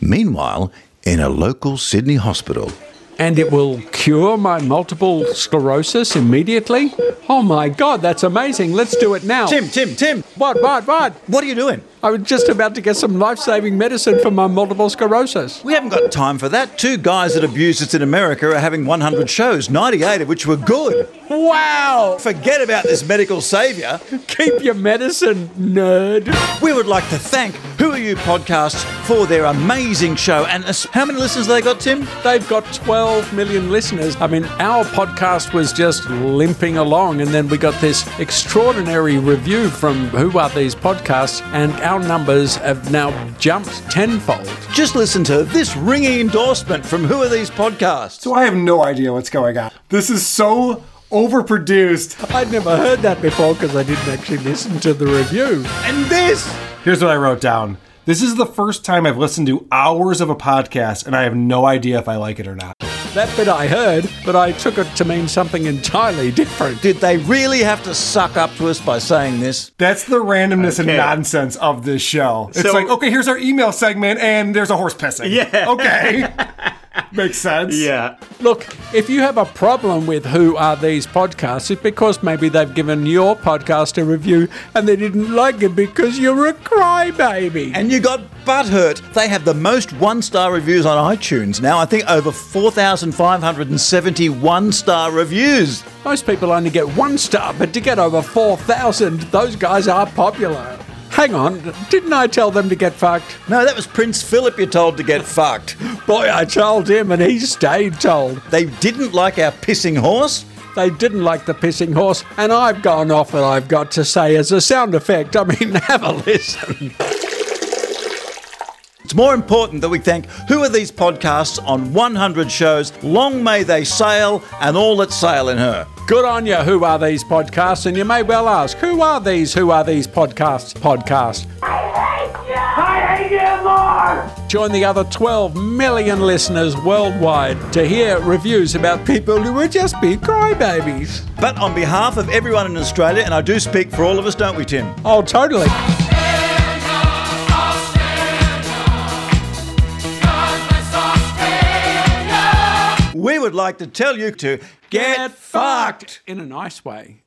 Meanwhile, in a local Sydney hospital, And it will cure my multiple sclerosis immediately? Oh my god, that's amazing. Let's do it now. Tim, Tim, Tim, What, what, what? what are you doing? I was just about to get some life saving medicine for my multiple sclerosis. We haven't got time for that. Two guys that abused us in America are having 100 shows, 98 of which were good. Wow! Forget about this medical saviour. Keep your medicine, nerd. We would like to thank Who Are You Podcasts for their amazing show. And as- how many listeners they got, Tim? They've got 12 million listeners. I mean, our podcast was just limping along, and then we got this extraordinary review from Who Are These Podcasts, and our numbers have now jumped tenfold. Just listen to this ringing endorsement from Who Are These Podcasts. So I have no idea what's going on. This is so overproduced. I'd never heard that before because I didn't actually listen to the review. And this! Here's what I wrote down. This is the first time I've listened to hours of a podcast and I have no idea if I like it or not. That bit I heard, but I took it to mean something entirely different. Did they really have to suck up to us by saying this? That's the randomness Okay. and nonsense of this show. It's So- like, okay, here's our email segment and there's a horse pissing. Yeah. Okay. Makes sense. Yeah. Look, if you have a problem with Who Are These Podcasts, it's because maybe they've given your podcast a review and they didn't like it because you're a crybaby. And you got butthurt. They have the most one star reviews on iTunes now. I think over 4,571 star reviews. Most people only get one star, but to get over 4,000, those guys are popular. Hang on, didn't I tell them to get fucked? No, that was Prince Philip you're told to get fucked. Boy, I told him and he stayed told. They didn't like our pissing horse. They didn't like the pissing horse, and I've gone off and I've got to say as a sound effect. I mean, have a listen. It's more important that we thank Who Are These Podcasts on 100 shows. Long may they sail and all that sail in her. Good on you, who are these podcasts? And you may well ask, who are these, who are these podcasts, podcast? I hate you more! Join the other 12 million listeners worldwide to hear reviews about people who would just be crybabies. But on behalf of everyone in Australia, and I do speak for all of us, don't we, Tim? Oh, totally. We would like to tell you to get fucked. in a nice way.